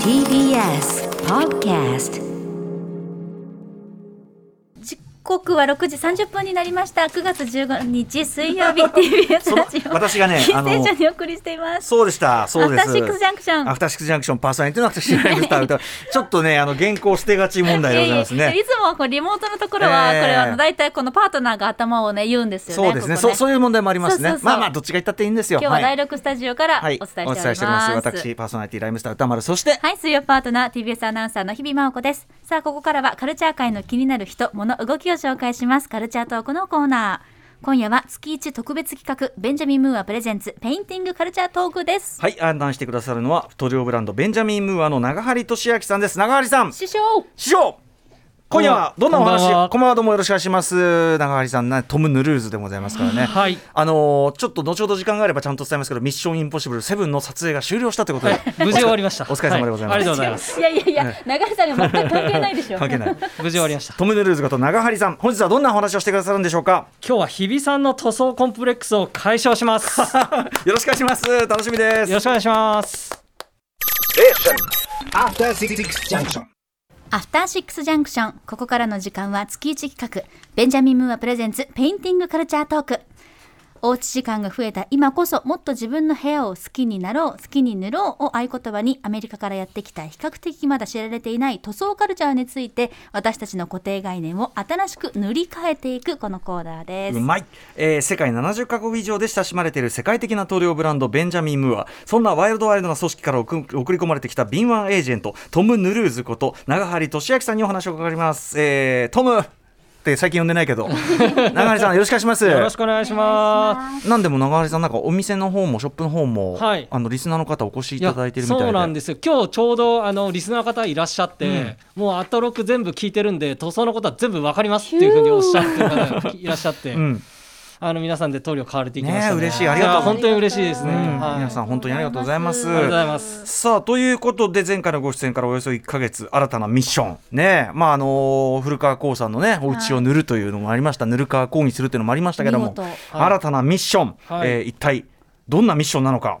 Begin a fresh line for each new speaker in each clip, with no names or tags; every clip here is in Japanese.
TBS Podcast
時刻は6時30分になりました9月15日水曜日 TBS
そ
ラジオ
私がね
金
あの
星所にお送りしています
そうでした、そうです。
アフターシックスジャンクション
アフターシックスジャンクションパーソナリティのアフターシックスジャンクション歌う歌うちょっとね、あの、原稿捨てがち問題でございます
ややい
ね。
つもこうリモートのところは、
ええ
これはあの大体このパートナーが頭をね言うんですよね。
そうですね
ここ
そう、そういう問題もありますね。
そうそうそう
まあまあ、どっちが言ったっていいんですよ。
今日は第
い
六スタジオからお
は
伝え
い、
してお
お
ります。
伝えしております。私、パーソナリティライムスター歌丸、そして、
はい、水曜パートナー TBS アナウンサーの日々真央子です。さあ、ここからはカルチャー界の気になる人、物、動きを紹介します。カルチャートークのコーナー。今夜は月一特別企画、ベンジャミン・ムーアプレゼンツ、ペインティングカルチャートークです。
はい、案内してくださるのは、塗料ブランド、ベンジャミン・ムーアの長張俊明さんです。長張さん、
師匠
師匠今夜はどんなお話
こんばんは
こんばんはどうもよろしくお願いします長張さんなトム・ヌルーズでございますからね
はい
あのーちょっと後ほど時間があればちゃんと伝えますけど「ミッションインポッシブル7」の撮影が終了したということで
無事終わりました
お疲れ様でございます、
はありがとうございます
いやいやいや、長井さんが全く関係ないでしょ。
関係ない
無事終わりました
トム・ヌルーズこと長張さん本日はどんなお話をしてくださるんでしょうか
今日は日比さんの塗装コンプレックスを解消します よ
よろしくお願いします楽しみです
ろしくお願いします
After Six Junction.
アフターシックスジャンクション。ここからの時間は月1企画、ベンジャミン・ムーアプレゼンツ、ペインティングカルチャートーク。おうち時間が増えた今こそ、もっと自分の部屋を好きになろう、好きに塗ろうを合言葉に、アメリカからやってきた比較的まだ知られていない塗装カルチャーについて、私たちの固定概念を新しく塗り替えていくこのコーナーです
う。まい、えー世界70カ国以上で親しまれている世界的な塗料ブランドベンジャミン・ムーアそんなワイルドワイルドな組織から送送り込まれてきた敏腕エージェントトム・ヌルーズこと長張俊明さんにお話を伺います、えートムって最近呼んでないけ ど長張さんよろしくお願いします
よろしくお願いします
なんでも長張さんなんかお店の方もショップの方も、
はい
あのリスナーの方お越しい
いや
ただいてるみたいで
そうなんですよ今日ちょうどあのリスナーの方いらっしゃって、もうアトロック全部聞いてるんで塗装のことは全部わかりますっていうふうにおっしゃってる方がいらっしゃって、
うん
あの皆さんで塗料買われていきましたね
ねえ嬉しいありがとう
や本当に嬉しいです
う
ね、
ん
はい
皆さん本当にありがとうございます
ありがとうございます
さあということで前回のご出演からおよそ1か月新たなミッションねえまああのー古川光さんのねお家を塗るというのもありました、塗る川講義するというのもありましたけども
見事はい
新たなミッション、
はい
えー一体どんなミッションなのかっ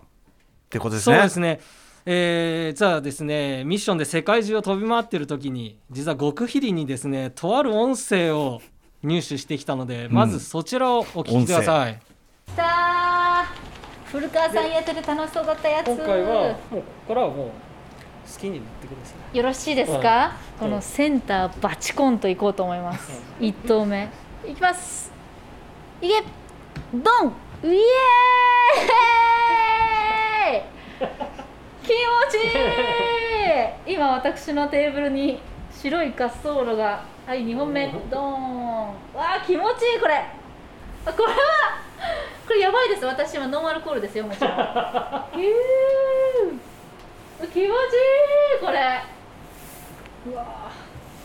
てことです
そう
ね。
ですね。えー、実はですねミッションで世界中を飛び回ってる時に実は極秘裏にですねとある音声を入手してきたので、まずそちらをお聞きください
さあ、古川さんやってて楽しそうだったやつ。
もうここからはもう好きに塗ってください
よろしいですか、このセンターバチコンと行こうと思います、一投目いきますいけドンイエーイ気持ちいい今私のテーブルに白い滑走路がはい2本目ドーンわあ気持ちいいこれあこれはこれやばいです私今ノンアルコールですよもちろんひゅー気持ちいいこれうわ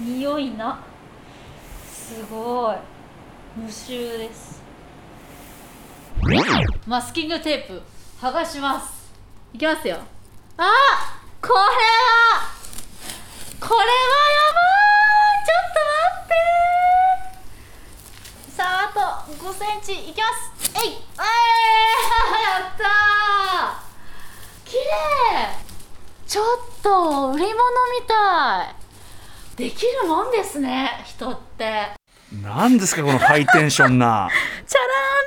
ー匂いなすごい無臭ですマスキングテープ剥がしますいきますよあこれはこれはやばいちょっと待ってさああと5センチいきますえいえー、やったー綺麗ちょっと売り物みたいできるもんですね人って
なんですかこのハイテンション な
チ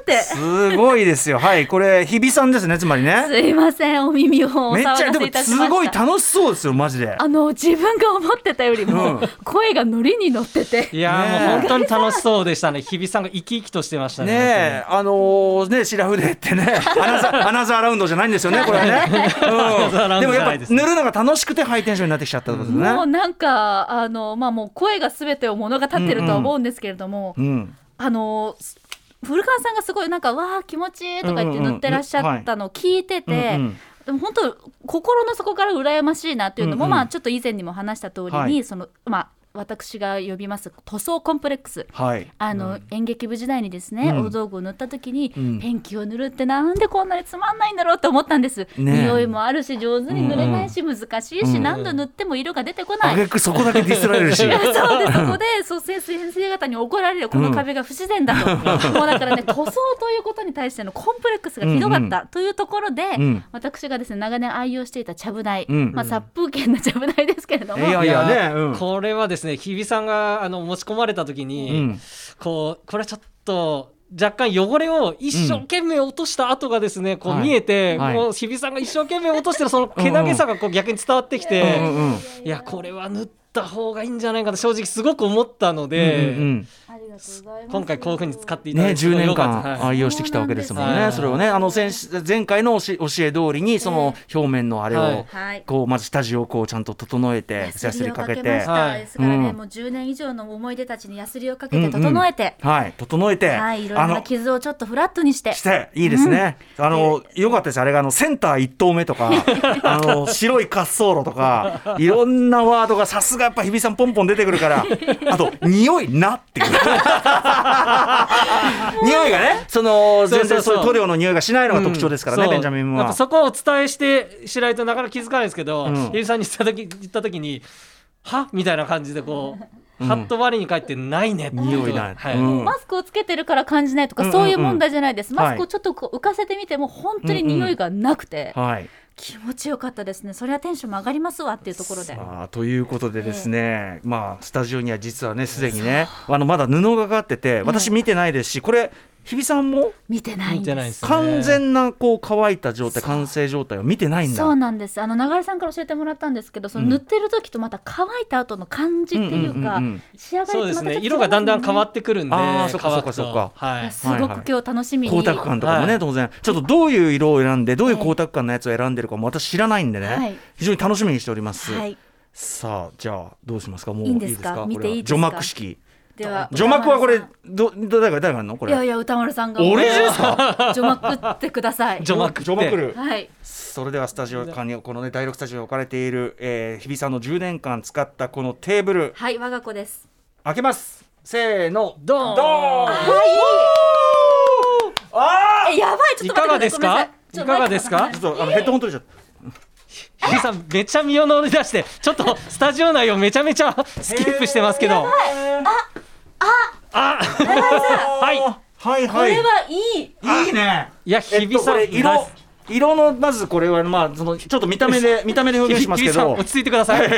ャラーンって
すごいですよはいこれ日比さんですねつまりね
すいませんお耳をお
めっ
騒
ち
が
ゃで
せ
も
いたしますした
ごい楽しそうですよマジで
あの自分が思ってたよりも、
うん
声がノリに乗ってて
いやー
ねえ
もう本当に楽しそうでしたね日比さんが生き生きとしてましたね
ねえ、あのーね、白筆ってね、 アナザー、アナザーラウンドじゃないんですよね、これは
ナザー
ね。う
ラ
ん、
ウン
でも
ドじゃ
や
な
っ
い
ぱ
で、
塗
すね
るのが楽しくてハイテンションになってきちゃったってこと
もう
ね。
なんかあのまあもう声が全てを物語ってるとは思うんですけれども、
うん、
あのす古川さんがすごいなんか「わあ気持ちいい」とか言って
うんうんうん
塗ってらっしゃったのを聞いてて、
はいうんうん
でも本当心の底から羨ましいなっていうのも、
うんうん
まあちょっと以前にも話した通りに、
はい
そのまあ私が呼びます塗装コンプレックス
はい
あの、演劇部時代にですね、
うん
大道具を塗った時に、
うん
ペンキを塗るってなんでこんなにつまんないんだろうと思ったんです、
ねえ
匂いもあるし上手に塗れないし、難しいし、何度塗っても色が出てこない、
あげくそこだけディスられるし
そうでそこでそう先生方に怒られるこの壁が不自然だと、もうだからね塗装ということに対してのコンプレックスがひどかったというところで、
うん
私がですね長年愛用していたちゃぶ台、
うん
まあ、殺風景なちゃぶ台ですけれども、
いやいやねうん
これはですね日比さんがあの持ち込まれた時に、
うん
こうこれはちょっと若干汚れを一生懸命落とした跡がですね、こう
はい
見えて、
はい
もう日比さんが一生懸命落としてるそのけなげさがこう逆に伝わってきて、
うんうん
いやこれは塗った方がいいんじゃないかと正直すごく思ったので、
うんうん
ありがとうございます
今回こういうふうに使っていただ
ね、
いてすご
10年
い良かった
間
はい
愛用してきたわけですもん
そうなん
ね、
です
それをね、あの先前回の教え教え通りに、その表面のあれ
はい
を
はい、
こうまず下地をこうちゃんと整えて、
ヤ
や
ス
す
リ
り
を
か
か
け
けましてた、、
はい
ですからね、
うん
もう10年以上の思い出たちにヤスリをかけて整えて、
はい、整えて、
はいいろい
あ
ろな
の
傷をちょっとフラットにして
して、いいですね、あのよかったです、あれがあのセンター一投目 とか、あの白い滑走路とか、いろんなワードがさすがやっぱ日比さん、ポンポン出てくる から、あと、匂いなっていう、匂いがね、その
そうそうそう
全然そういう塗料の匂いがしないのが特徴ですからね、
そう
ベンジャミンムー
やっ
ア
ぱ。そこをお伝えしてしないとなかなか気づかないですけど、
うん
ゆりさんに言った時言った時に「はみたいな感じでこ
う
う、
ん
ハッと我に返って「ないね」って
匂いない
はい
うん
マスクをつけてるから感じない
うん
とか
うんうん
そういう問題じゃないです、マスク
は
を
い
ちょっとこう浮かせてみても本当に匂いがなくて、
はい、
気持ちよかったですねそれはテンションも上がりますわっていうところで
さあということでですね、まあスタジオには実はねすでにねあのまだ布がかかってて私見てないですしこれ日比さんも
見てない
見
ん
てない
で
ですすね
完全なこう乾いた状態完成状態を見てないんだ
そうなんですあの流れさんから教えてもらったんですけどその塗ってる時とまた乾いた後の感じっていうか、
うんうんうんうん
仕上がり
そう
っ
で
て
す
またちょっと違います
ね色がだんだん変わってくるんで
あーそっか
乾くと
そっかそっか
はい
いやすごく
はいはい
今日楽しみに、
光沢感とかもね、
はい
当然ちょっとどういう色を選んでどういう光沢感のやつを選んでるかも私知らないんでね、
はい
非常に楽しみにしております、
はい
さあじゃあどうしますかもうい
い
い
ん
で
ですす
か
か
これは
見ていいですか
除幕式
では
除幕はこれ
歌丸
どど誰が誰がやるのこ
さんいや
れ
いや歌丸さんが
俺です か
除幕ってください
除幕って
除幕る
はい
それではスタジオにこのね第6スタジオに置かれている、えー、日比さんの10年間使ったこのテーブル
はい我が子です
開けますせーの
ドーン
ドーンあ
えやばいち
い
ょっと
か
待
が
って
です
ください
かいかがですか
ーちょっとあのヘッドホン取れちゃっ
ひびさんめちゃ身を乗り出してちょっとスタジオ内をめちゃめちゃスキップしてますけどあ
た
はい
はい
こ
はい
れはいい
いいね
いや
え
日
っと
比さ
こ
ん
れ
ナイ
色
ス
色のまずこれはまあそのちょっと見た 目で見た目で表現しますけ
日比さん
ど
落ち着いてください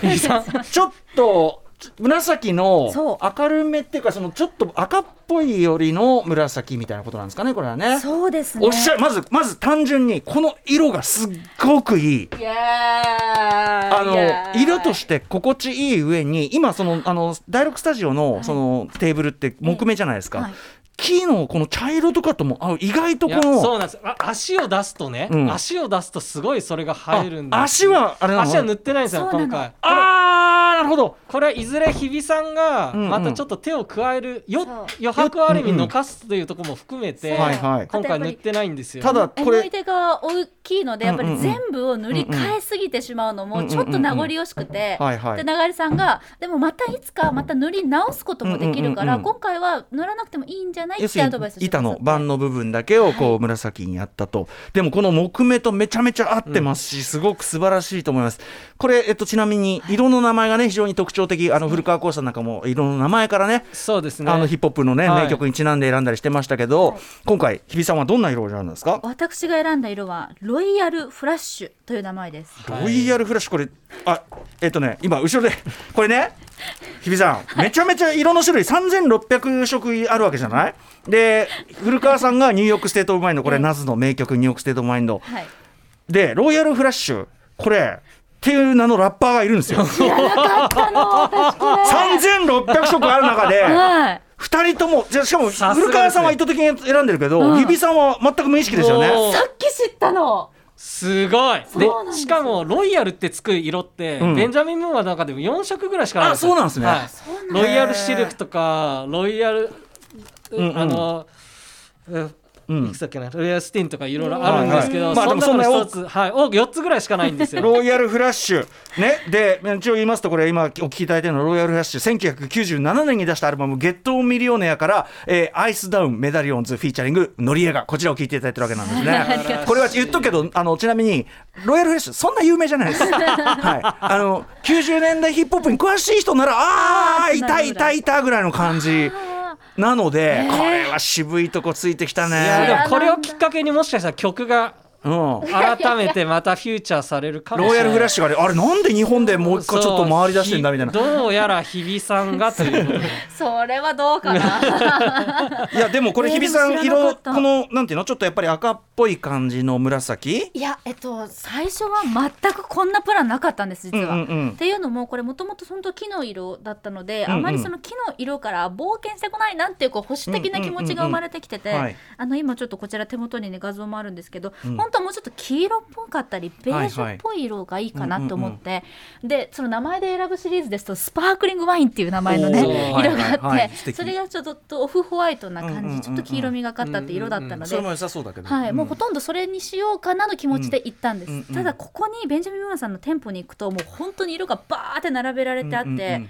日 比さん
ちょっとちょ紫の
そう
明るめっていうかそのちょっと赤っぽいよりの紫みたいなことなんですかねこれはね
そうですね
おっしゃるまずまず単純にこの色がすっごくいい
いやー
あ
いや
の
ー
色として心地いい上に今そのあの第6スタジオのそのテーブルって木目じゃないですか、
はい
木のこの茶色とかとも合う意外と
い
こ
やそう
の
なんですあ足を出すとね、
うん
足を出すとすごいそれが
あ
入るんです
足はあれな
足は塗
の
ってないんですよ
そうな
今
の
回
あーなるほど
これはいずれ日比さんが
うんうん
またちょっと手を加える、よ
そう
余白をある意味残すというところも含めて、
そう
はいはい
今回塗ってないんですよ
ただこ
思い
れ
出が大きいのでやっぱ
うんう
り
んうん
全部を塗り替えすぎてしまうの
うんう
も
ん
ちょっと名残惜しくて
はいは
で
い
流さんがでもまたいつかまた塗り直すこともできるか
う
ら
んうんうん
今回は塗らなくてもいいんじゃない
要
っ
す
て
る
ア
に
ドバイスをしてく
板
ださっ
の
て
盤の部分だけをこう紫にやったと、でもこの木目とめちゃめちゃ合ってますし、すごく素晴らしいと思いますこれ、えっと、ちなみに色の名前がね非常に特徴的あの古川光さんなんかも色の名前からね
そうですね
あのヒップホップのね、
はい
名曲にちなんで選んだりしてましたけど、
はい
今回日比さんはどんな色を選んだんですか、
私が選んだ色はロイヤルフラッシュという名前です
はい
ロイヤルフラッシュこれあえっとね今後ろでこれね日比さんめちゃめちゃ色の種類3600色あるわけじゃないで古川さんが「ニューヨーク・ステート・オブ・マインド」これナズの名曲「ニューヨーク・ステート・オブ・マインド
はい」
でロイヤルフラッシュこれっていう名のラッパーがいるんですよ
あの私これ
3600色ある中で
はい
2人ともじゃあしかも
さすがですね
古川さんは意図的に選んでるけど、
うん
日比さんは全く無意識ですよね
おー
さっき知ったの
すごい
そうなん
で
です
しかもロイヤルってつく色って、
うん
ベンジャミン・ムーアの中でも4色ぐらいしかない
あそうなんですね
はい
そうなんだ
ロイヤルシルクとかロイヤ
ん
ル、
うん
あの、え
ううん
いくつだっけなロイヤルスティンとかいろいろあるんですけど、
はいはいまあでも
その中の
そ
一つ、はい、多く4つぐらいしかないんですよ。
ロイヤルフラッシュ、ね、で一応言いますとこれ今お聞きいただいてるのはロイヤルフラッシュ1997年に出したアルバム「ゲット・オン・ミリオネア」から、えーアイス・ダウン・メダリオンズ」フィーチャリングのりえがこちらを聞いていただいてるわけなんですねこれは言っとくけどあのちなみにロイヤルフラッシュそんな有名じゃない です、はい、あの90年代ヒップホップに詳しい人ならああいたいたいたぐらいの感じなので、これは渋いとこついてきた
いやで
ね
もこれをきっかけにもしかしたら曲が
うん
改めてまたフューチャーされるかも
ロ
し
イ
れない
ヤルフラッシュがねあれなんで日本でもう一回ちょっと回り出してんだみたいな
そうひどうやら日比さんがということで
それはどう かな
いやでもこれ
えー
日比さ
で
ん
も知らなか
色
った
このなんていうのちょっとやっぱり赤っぽい感じの紫
いやえっと最初は全くこんなプランなかったんです実は、
うんうんうん
っていうのもこれもともと本当木の色だったので、
んうん
あまりその木の色から冒険してこないなっていうこう保守的な気持ちが生まれてきてて、
うんうんうんうんはい
あの今ちょっとこちら手元にね画像もあるんですけど、
ん
本当はもうちょっと黄色っぽかったりベージュっぽい色がいいかなと思って、でその名前で選ぶシリーズですとスパークリングワインっていう名前のね
おー
色があっ
はいは
て、
いはい素敵
それがちょっとオフホワイトな感じ、
うんうんうんうん
ちょっと黄色みがかったって色だったので、
それも良さそうだけど
はい、もうほ
ん
とんどそれにしようかなの気持ちで行ったんです、
うんうん
ただここにベンジャミン・ムーアさんの店舗に行くともう本当に色がバーって並べられてあって、
うんうんうん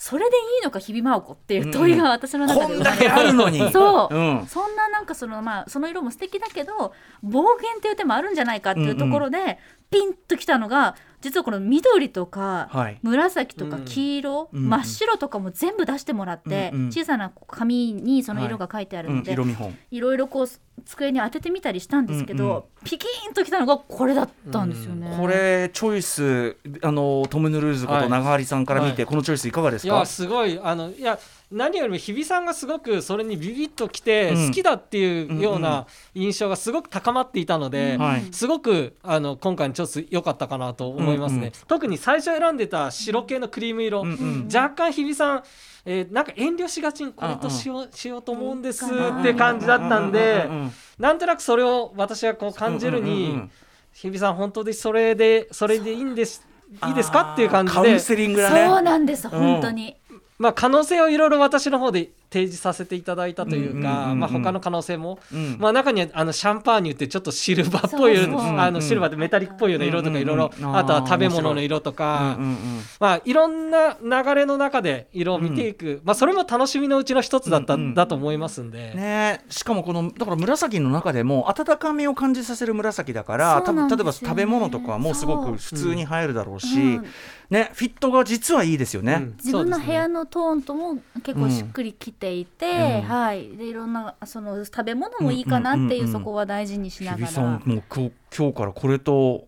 それでいいのか日比真央子っていう問いが私の中
こ
で
ん
生ま
だ
れ
け
て
あるのに
そう、
うん
そんななんかそのまあその色も素敵だけど暴言っていう手もあるんじゃないかっていうところで、ピンときたのが実はこの緑とか、
はい
紫とか黄色、
うんうん
真っ白とかも全部出してもらって、
うんうん
小さな紙にその色が書いてある
う
の
ん
で、
色見本
いろいろこう机に当ててみたりしたんですけど、
うんうん
ピキーンときたのがこれだったんですよね。
これチョイスあのトム・ヌルーズこ
は
と
い
長張さんから見
は
て
い
このチョイスいかがです
い
か
やすごいあのいや何よりも日比さんがすごくそれにビビッときて
うん
好きだっていうよう
うんうん
な印象がすごく高まっていたので、
はい
すごくあの今回のチョイス良かったかなと思いますね、
うんうん
特に最初選んでた白系のクリーム色、
うんうん
若干日比さん、えーなんか遠慮しがちにこれとしよう,、しようと思うんですって感じだったんで、
うんうんうんうん
なんとなくそれを私はこう感じるに、
うんうんうん
日比さん本当でそれでそれでいいんですいいですかっていう感じ
カウンセ
で、
リング
そう
だね
なんです、
ん
本当に。
まあ、可能性をいろいろ私の方で提示させていただいたという
うんうんうん
か、
うん
まあ、他の可能性も、
うん
まあ、中にはあのシャンパーニュってちょっとシルバーっぽい
そうそう
あのシルバーってメタリックっぽいような色とかいろいろ
うんうんうん
あとは食べ物の色とか、
うんうん
まあ、いろんな流れの中で色を見ていく、まあ、それも楽しみのうちの一つだった、
うんうん
だと思いますんで。
ねえしかもこのだから紫の中でも温かみを感じさせる紫だから多
そうな
分
ん
例
で
え
すよ
ば
ね
食べ物とかもすご
そ
く
う
普通に入るだろうし、
うん
ねフィットが実はいいですよね。
うん
自分の
そうです
部
ね
屋のトーンとも結構しっくりきていて、
うん
はい、でいろんなその食べ物もいいかなって
うんうん
い
うんう
うんそこは大事にし
日
なが
比
ら。
さんもう今日今日からこれと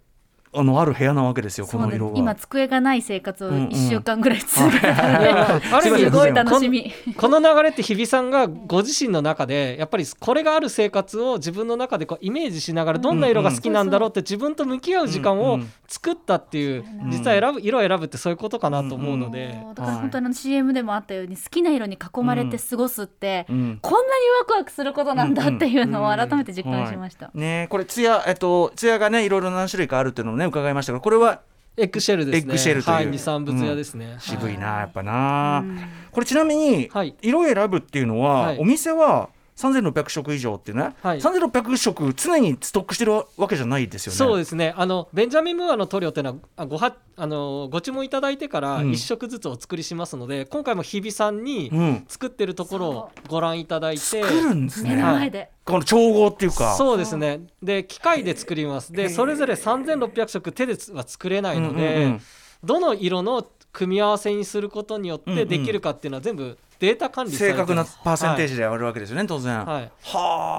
あのある部屋なわけですよこ
そう
の
です
色が。
今机がない生活を1週間ぐらい続け
い
たので、
やある意味
すごい楽しみ。
この流れって日比さんがご自身の中でやっぱりこれがある生活を自分の中でこうイメージしながらどんな色が好きなんだろうって自分と向き合う時間を作ったっていう
うん
実は選ぶ色を選ぶってそういうことかなと思うので
もうだから本当にあの CM でもあったように好きな色に囲まれて過ごすって、
うん
こんなにワクワクすることなんだっていうのを改めて実感しました。
はいねえこれツヤえっとツヤがねいろいろ何種類かあるっていうのもね伺いましたがこれは
エッグシェルですね
エッグシェルという
はい二酸物屋ですね
渋いな、
は
やっぱな、
うん
これちなみに、
はい
色選ぶっていうのは、
はい
お店は3600色以上ってね、
はい
3600色常にストックしてるわけじゃないですよね
そうですねあのベンジャミン・ムーアの塗料っていうのはあごはあのご注文いただいてから
うん
1色ずつお作りしますので、今回も日比さんに
うん
作ってるところをご覧いただいて。
作るんです
目
ね、
の前で。
この調合っていうか
そうですねで機械で作りますでそれぞれ3600色手では作れないので、
うんうんうん
どの色の組み合わせにすることによっ
うんう
て
ん
できるかっていうのは全部データ管理され
正
てます
確なパーセンテー
ジ、
ジであるわけですよね、当然。
はい
は
はい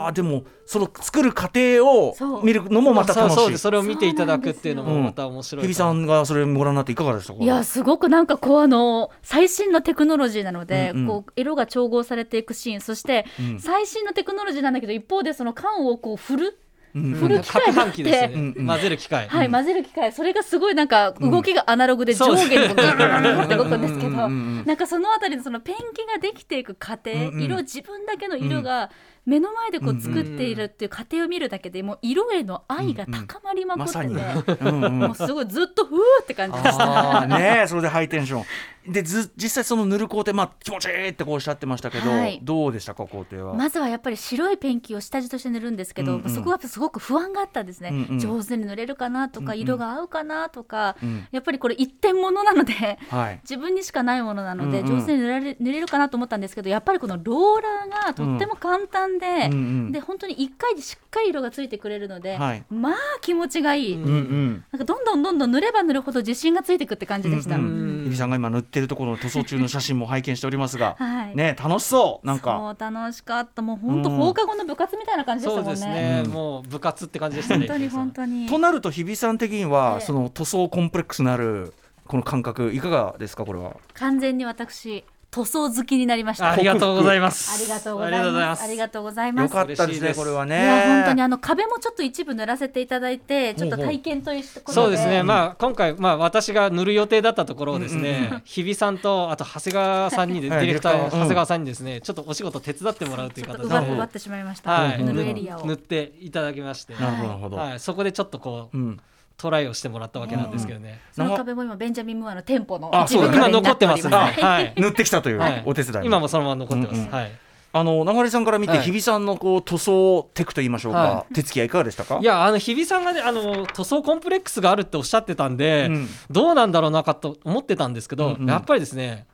あでもその作る過程を
そう
見るのもまた楽
そうそう
し
で
い
す。それを見ていただくっていうの
そう
も
なん
また面白
日
い
比さんがそれご覧になっていかがでしたか
いやすごくなんかこうあの最新のテクノロジーなので、
うんうん
こう色が調合されていくシーンそして、
うん
最新のテクノロジーなんだけど一方でその缶をこう振る、
うん
振る機械
攪
があ
拌
っ
機
て、
ですね、
うんうん
混ぜる機械、
はい、混ぜる機械それがすごいなんか動きがアナログで上
そう
下にこうグーグーグーグーって動くんですけ
うん
ど
うんうんうん
なんかそのあたりのそのペンキができていく過程、
うんうん
色自分だけの色が目の前でこう作っているっていう過程を見るだけでもう色への愛が高まりまく
ま
ってて、
さに、うんうん
もうすごいずっとふーって感じでした。
あーねえそれでハイテンションでず実際その塗る工程、まあ、気持ちいいってこうおっしゃってましたけど、
はい
どうでしたか工程は、
まずはやっぱり白いペンキを下地として塗るんですけど、
うんうん
そこはやっぱすごく不安があったんですね、
うんうん
上手に塗れるかなとか、
うんうん
色が合うかなとか、
うん
やっぱりこれ一点ものなので
はい
自分にしかないものなので、
うんうん
上手に塗られ塗れるかなと思ったんですけどやっぱりこのローラーがとっても簡単で、
うんうん
で本当に1回でしっかり色がついてくれるので、
はい
まあ気持ちがいい、
うん
うんうん
なんかどんどんどんどん塗れば塗るほど自信がついてくって感じでした。
うん
うん
ゆきさんが今塗ってるところの塗装中の写真も拝見しておりますが、
はい
ね楽しそうなんか
そう楽しかったもう本当
うん
放課後の部活みたいな感じでし
そ
た
う
も
で
ん
す
ね。
ね、
うん
もう部活って感じでしたね
本当に本当に
となると日比さん的には、
ええ
その塗装コンプレックスのあるこの感覚いかがですかこれは
完全に私塗装好きになりました。
ありがとうございま
あ
す
りがとうございます。ありがとうござい
よ
ます。
かったで
嬉
す
しい
ね
です
これはい
や本当に
ね
あの壁もちょっと一部塗らせていただいてちょっと体験ということで
そうですね、まあ、今回、まあ、私が塗る予定だったところをです
うんうんう
ね、日比さんと、あと長谷川さんにで、
は
デ
い
ィレクター
ディレ
の
クターうん
長谷川さんにですね、ちょっとお仕事手伝ってもらうという
ちょっ
形
と
で、
な
奪
るほど
奪ってしまいました、
はい、
塗る
塗
エリアを
塗っていただきまして、
なるほどなるほど、
はい、そこでちょっとこう、
うん
トライをしてもらったわけなんですけどね。
その壁も今ベンジャミン・ムーアの店舗の
あ
一部
そうだ
今
に
残
な
ってます
おり
ね。
はい
はい、
塗ってきたという
はい
お手伝い、
今もそのまま残ってます。
うんうん
はい。
あの流さんから見て、
はい
日比さんのこう塗装テクと言いましょうか、
は
手つきはいかがでしたか
いやあの日比さんがねあの塗装コンプレックスがあるっておっしゃってたんで、
うん
どうなんだろうなかと思ってたんですけど、
うんうん
やっぱりですね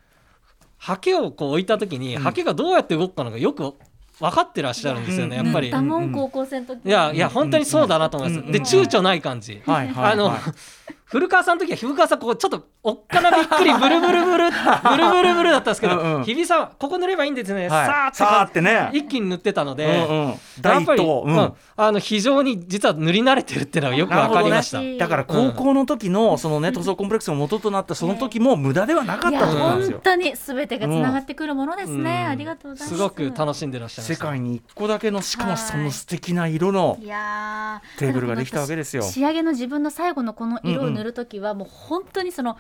ハケをこう置いた時に、
うん
ハケがどうやって動くかのがよく分かってらっしゃるんですよね、
うん
やっぱり。
塗ったも
うん
ん高校生の時
いやいや本当にそうだなと思います、
うんうん
で躊躇ない感じ、
はいはいはい
あの古川さんの時は古川さんこうちょっとおっかなびっくりブルブルブルブルブルブルだったんですけど
うんうん
日比さんはここ塗ればいいんです
は
ね、
い
さ
さ
ー
ー
っ
っててね
一気に塗ってたので、
うんうん
や
第
っ
一
ぱり、
党
うんあの非常に実は塗り慣れてるっていうのがよくわかりました。
なるほどね
だから高校の時の、そのね塗装コンプレックスの元となったその時も無駄ではなかっ
い
た
や
ってことなんです
本
よ。
当に全てがつながってくるものですね、
うん
ありがとうございます
すごく楽しんでらっしゃいま
世
した。
界に一個だけのしか
は
も
い
その素敵な色の
いやー
テーブルができたわけですよ
仕上げの自分の最後のこの色
うん
を
うん
塗るときはもう本当にその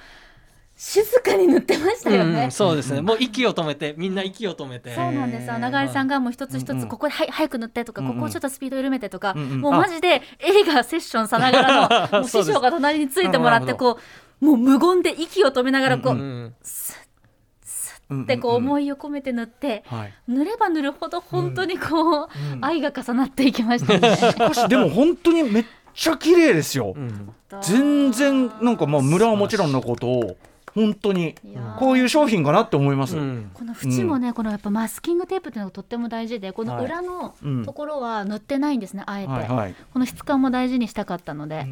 静かに塗ってましたよね、
うん、
そう
そうですね。もう息を止めて、みんな息を止めて。
なんですよ長井さんがもう一つ一つここで、はい、早く塗ってとか、
うんうん
ここをちょっとスピード緩めてとか、
うんうん
もうマジで映画セッションさながら のもう
そう
師
です
匠が隣についてもらっ
な
て
るほ
こうもう無言で息を止めながらこう、
う
っ
ん、
うんうん
てこう思いを込めて塗って、
はい
塗れば塗るほど本当にこう、愛が重なっていきまし たね。
しかしでも本当にめっちゃ綺麗ですよ、
うん
全然なんかまあ村はもちろんのことを本当に
いやー
こういう商品かなって思います、
うん
この縁もね、このやっぱマスキングテープっていうのがとっても大事でこの
はい
裏の
うん
ところは塗ってないんですね、あえて、
はいはい、
この質感も大事にしたかったので、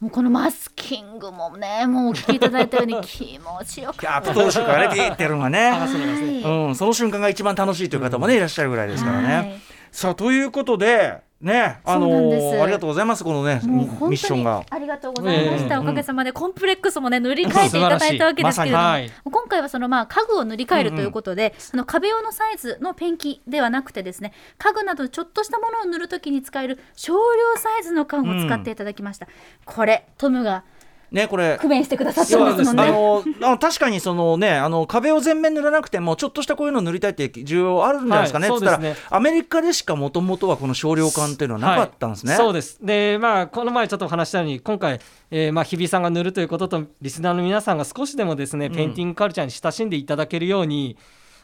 もうこのマスキングもねもうお聞きいただいたように気持ちよ
キャ
か
ッ
った
プ投手からレディーってやるのがね
あそうなんですね
はい
うん、その瞬間が一番楽しいという方もね、いらっしゃるぐらいですからね。
はい
さあということでねあの
そうなんです
ーありがとうございますこのね
もう
ミ
本
ミッショ
当
ン
に
が
ありがとうございました、
うん
おかげさまでコンプレックスもね塗り替えていただいたわけですけれ
素晴らしい
ども、
まさ
今回はそのまあ家具を塗り替えるということで、その壁用のサイズのペンキではなくてですね家具などちょっとしたものを塗るときに使える少量サイズの缶を使っていただきました、これトムが
ねこれ
工面してくださっ
要
た
は
んですもん
あ
ね
のあの確かにそのねあの壁を全面塗らなくてもちょっとしたこういうの塗りたいって需要あるんじゃないですかね、
はい
つったら、
そうですね
アメリカでしかもともとはこの少量感っていうのはなかったんですね、
はいそうですでまあこの前ちょっとお話ししたように今回、えーまあ、日比さんが塗るということとリスナーの皆さんが少しでもですねペインティングカルチャーに親しんでいただけるように、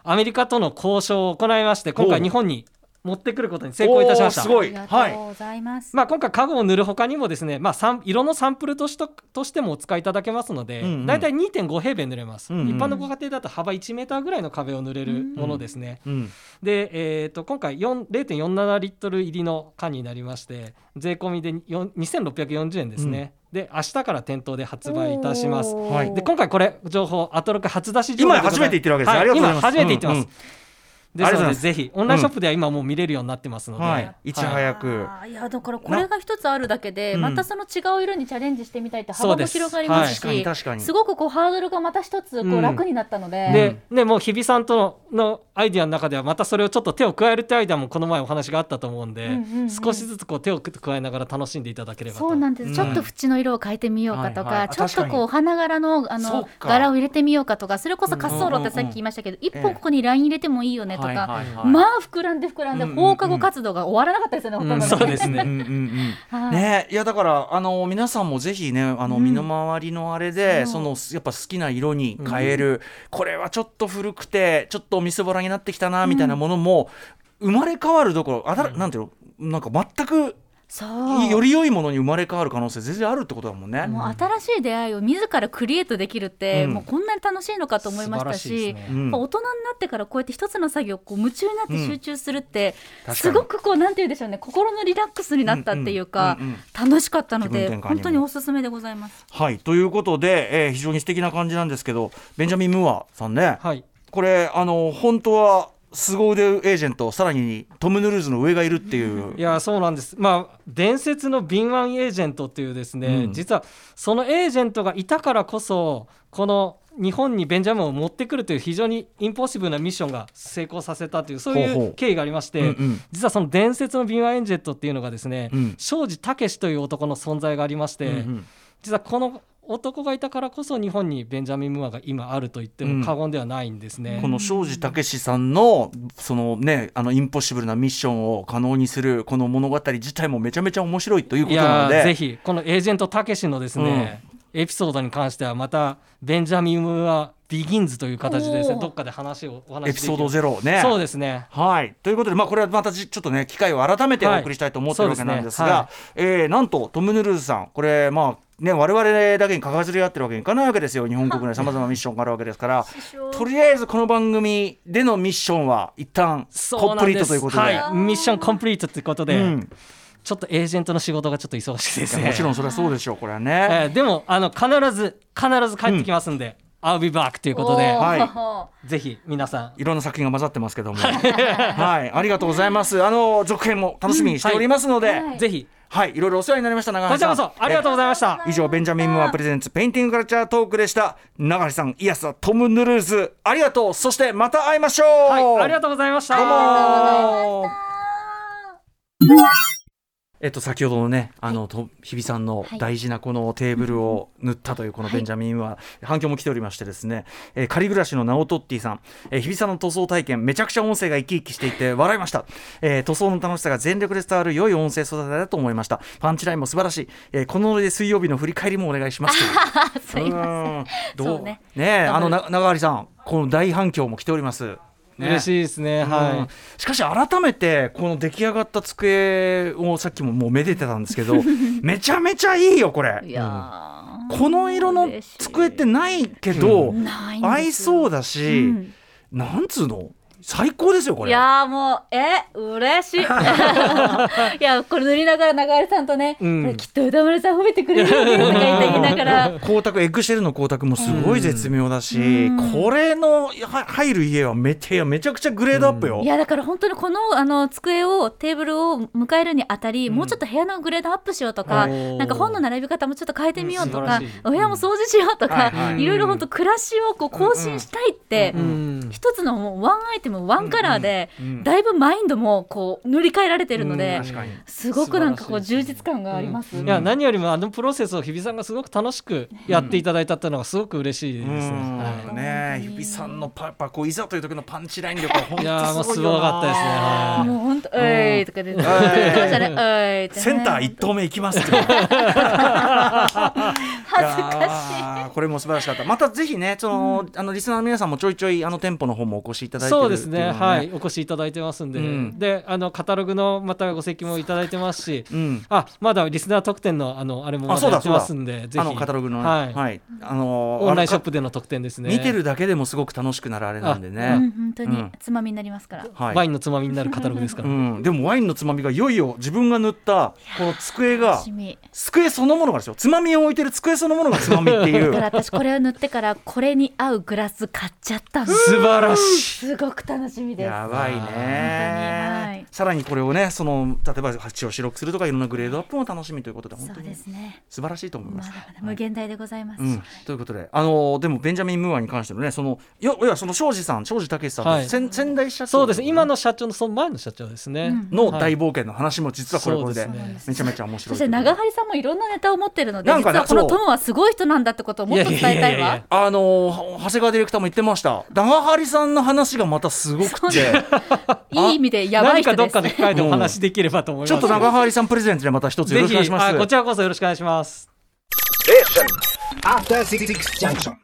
アメリカとの交渉を行いまして今回
おう
日本に持ってくることに成功いたしました
おーすご
あ
い
りがとうございます、
まあ、今回家具を塗る他にもですね、まあ、サン色のサンプルとしととしてもお使いいただけますので、
うんうん
だいたい2.5平米塗れます、
うんうん
一般のご家庭だと幅1メーターぐらいの壁を塗れるものですね、
うん、
で、えー、と今回4 0.47リットル入りの缶になりまして税込みで4 2640円ですね、で明日から店頭で発売いたします
おー
はい
で今回これ情報アトロック初出し情報
今
でござ
初
います
めて言ってるわけですね、ありがとうございます
は今初めて言ってます、
うんうん
です
ありがとうござい
の
ま
ですぜひオンラインショップでは今もう見れるようになってますので、
はいいち早く、
あーいやだからこれが一つあるだけで
な
またその違う色にチャレンジしてみたいって
そ
幅
うで
も
す
広がりますし、
はい確かに確かに
すごくこうハードルがまた一つ
う
こ
ん
う楽になったので、
で、ね、もう日比さんとののアイディアの中ではまたそれをちょっと手を加えるってアイディアもこの前お話があったと思うんで、
うんうんうん
少しずつこう手を加えながら楽しんでいただければと
そうなんです、
うん
ちょっと縁の色を変えてみようかとか、
はいはいあ
ちょっと
確か
こ
に
うお花柄のあ
そう
の
か
柄を入れてみようかとかそれこそ滑走路ってさっき言いましたけど、一本ここにライン入れてもいいよねとか、
はいはい
まあ膨らんで膨らんで
うんうんうん
放課後活動が終わらなかったですよね、
うん
ほと
そ
ん
う
ど
です
うん
ね。
うんうん
はい
ねいやだからあの皆さんもぜひねあの
うん
身の回りのあれで、
そ
そうのやっぱ好きな色に変える、これはちょっと古くてちょっとみすぼらになってきたなみたいなものも、生まれ変わるどころあだ、なんていうのなんか全く
そう
より良いものに生まれ変わる可能性全然あるってことだもんね。
もう新しい出会いを自らクリエイトできるって、
うん
もうこんなに楽しいのかと思いましたし
素晴らしいです
う
ね
やっ
ん
ぱ大人になってからこうやって一つの作業をこう夢中になって集中するって、
うん
すごくこうなんて言うんでしょうね心のリラックスになったっていうか、
うんうんうん
楽しかったの
気分
で
転換にも
本当におすすめでございます。
はいということで、えー非常に素敵な感じなんですけどベンジャミン・ムーアさんね、
はい
これあの本当は凄腕エージェントさらにトム・ヌルーズの上がいるっていう
い。やそうなんです、まあ、伝説の敏腕エージェントっていうですね、
うん
実はそのエージェントがいたからこそこの日本にベンジャミンを持ってくるという非常にインポッシブルなミッションが成功させたというそうい
ほうほう
う経緯がありまして
うんうん
実はその伝説の敏腕エージェントっていうのがですね、
うん
庄司武という男の存在がありまして、
うんうん
実はこの男がいたからこそ日本にベンジャミン・ムーアが今あると言っても過言ではないんですね。
この庄司武志さんのそのねあのインポッシブルなミッションを可能にするこの物語自体もめちゃめちゃ面白いというこ
い
とな
や
の
ーぜ
で。
ひこのエージェントたけしのですね、エピソードに関してはまたベンジャミン・ムーア・ビギンズという形でです
お
ね
ー
どっかで話をお話
エ
しで
ピ
き
ソードゼロね。
そうですね
はいということで、まあ、これはまたじちょっとね機会を改めてお送りしたいと思ってるわ
はい
けなんですが、
そう
えーなんとトム・ヌルーズさんこれまあね我々だけに関わずり合ってるわけにいかないわけですよ日本国内さまざまなミッションがあるわけですからとりあえずこの番組でのミッションは一旦
そ
コ
う
ン
な
プ
ん
リー
で
ト
す
ということで。
はい、ミッションコンプリートということで、
うん
ちょっとエージェントの仕事がちょっと忙しいですね
もちろんそれはそうでしょうこれはね。
えーでもあの必ず必ず帰ってきますんで、I'll be back ということで
おー
はい
ぜひ皆さん
いろんな作品が混ざってますけども。はい、ありがとうございます。あの続編も楽しみにしておりますので、
はい
ぜひ
はい、いろいろお世話になりました長
こ
橋
ちら
さ
こ
ん。
そありがとうございました、
え以上ベンジャミンムアプレゼンツペインティングカルチャートークでした。長橋さん、イアストムヌルーズ、ありがとう。そしてまた会いましょう。
はい、ありがとうございました
どうも。えっと、先ほどのね、あの、と日比さんの大事なこのテーブルを塗ったというこのベンジャミンは、反響も来ておりましてですね、えー、仮暮らしのナオトッティさん、えー日比さんの塗装体験、めちゃくちゃ音声が生き生きしていて笑いました、えー塗装の楽しさが全力で伝わる良い音声育てだと思いました。パンチラインも素晴らしい。えーこのノリで水曜日の振り返りもお願いしますという。
すいま
ませんど
そう
う
ね
ねえあのな長張さんこの大反響も来ております、ね
嬉しいですね、
う
は
んしかし改めてこの出来上がった机をさっきももうめでてたんです けどめちゃめちゃいいよこ
い
れ
やー
この色の机ってないけど、
ないんですよ
合いそうだし、
うん
なんつうの最高ですよこ
い
れ
やーもうえ嬉しいいやこれ塗りながら流れさんとね、
うん
これきっと歌丸さん褒めてくれるよねとか言って言いなが ら
光沢エッグシェルの光沢もすごい絶妙だし、
うん
これのは入る家はめてやめちゃくちゃグレードアップよ、
いやだから本当にこのあの机をテーブルを迎えるにあたり、もうちょっと部屋のグレードアップしようとか、
おー
なんか本の並び方もちょっと変えてみようと
うん素
か
晴らしい、
お部屋も掃除しようとか、
うんはいいはい
ろいろ本当暮らしをこう更新したいって、
い、うん
一つのもうワンアイテムワンカラーで、
うんうんうん
だいぶマインドもこう塗り替えられてるので、
うん
確かに
すごくなんかこう
素晴
充
らしいですね
実感があります。
いや何よりもあのプロセスを日比さんがすごく楽しくやっていただいたっていうのがすごく嬉しいですね。
うんねえ、日比さんのパパこういざという時のパンチライン力は本
いやーも
当
う
す
す
ごいよ
ご
な
かったですね。はい
もう本当、えいとかで、言ってましたね、えいってね
センター一投目行きますって。 恥ずかしい。これも素晴らしかった。またぜひね、その、あのリスナーの皆さんもちょいちょいあの店舗の方もお越しいただいてる
そ
っ
う
てい
で
の
すね、はい、お越しいただいてますんで、
うん
で、あのカタログのまたご席もいただいてますし。
うん。
あ、まだリスナー特典の、あの、あれもま
あ、そう
だ
だ
やって
そう
ま
だ。
すんで、ぜひ。
あのカタログのね、
はい、
はい、あの
オンラインショッ
プ
プでの特典ですね。
見てるだけでもすごく楽しくなるあれなんで
う
ね
ん。本当に
うん
つまみになりますから。
はい。
ワインのつまみになるカタログですか
う
ら。
ん、でもワインのつまみがいよいよ自分が塗ったこの机が
楽しみ
机そのものがですよつまみを置いてる机そのものがつまみっていう
から私これを塗ってからこれに合うグラス買っちゃったの
素晴らしい
すごく楽しみです
やばいね、
はい
さらにこれをねその例えば鉢を白くするとかいろんなグレードアップも楽しみということで本
そ
当
うで
に
すね
素晴らしいと思い
ま
ま
だ
す。
まだ無限大でございます、
うん、ということで、あのーでもベンジャミン・ムーアに関してのね、そのよいやその庄司さん、庄司武さんと、
はい
先先代社長
そうです今の社長のその前の社長ですね、
うん
の大冒険の話も実はこれこれで,、
そうですね
めちゃめちゃ面白
そ
い
し
とい
て
うことで。
長張さんもいろんなネタを持ってるので、
なん
実
かね
はこの
そう
トムはすごい人なんだってことをもっと伝えたいわ。
いやいやいやいや
あのー長谷川ディレクターも言ってました長張さんの話がまたすごくて
いい意味でやばい人
何かど
で
っ
す
かの
ね
機。会でお話しできればと思います、
ちょっと長張さんプレゼントでまた一つよ
ぜ
ろしくお願い
ひ
します
あこちらこそよろしくお願いします
After Six Junction.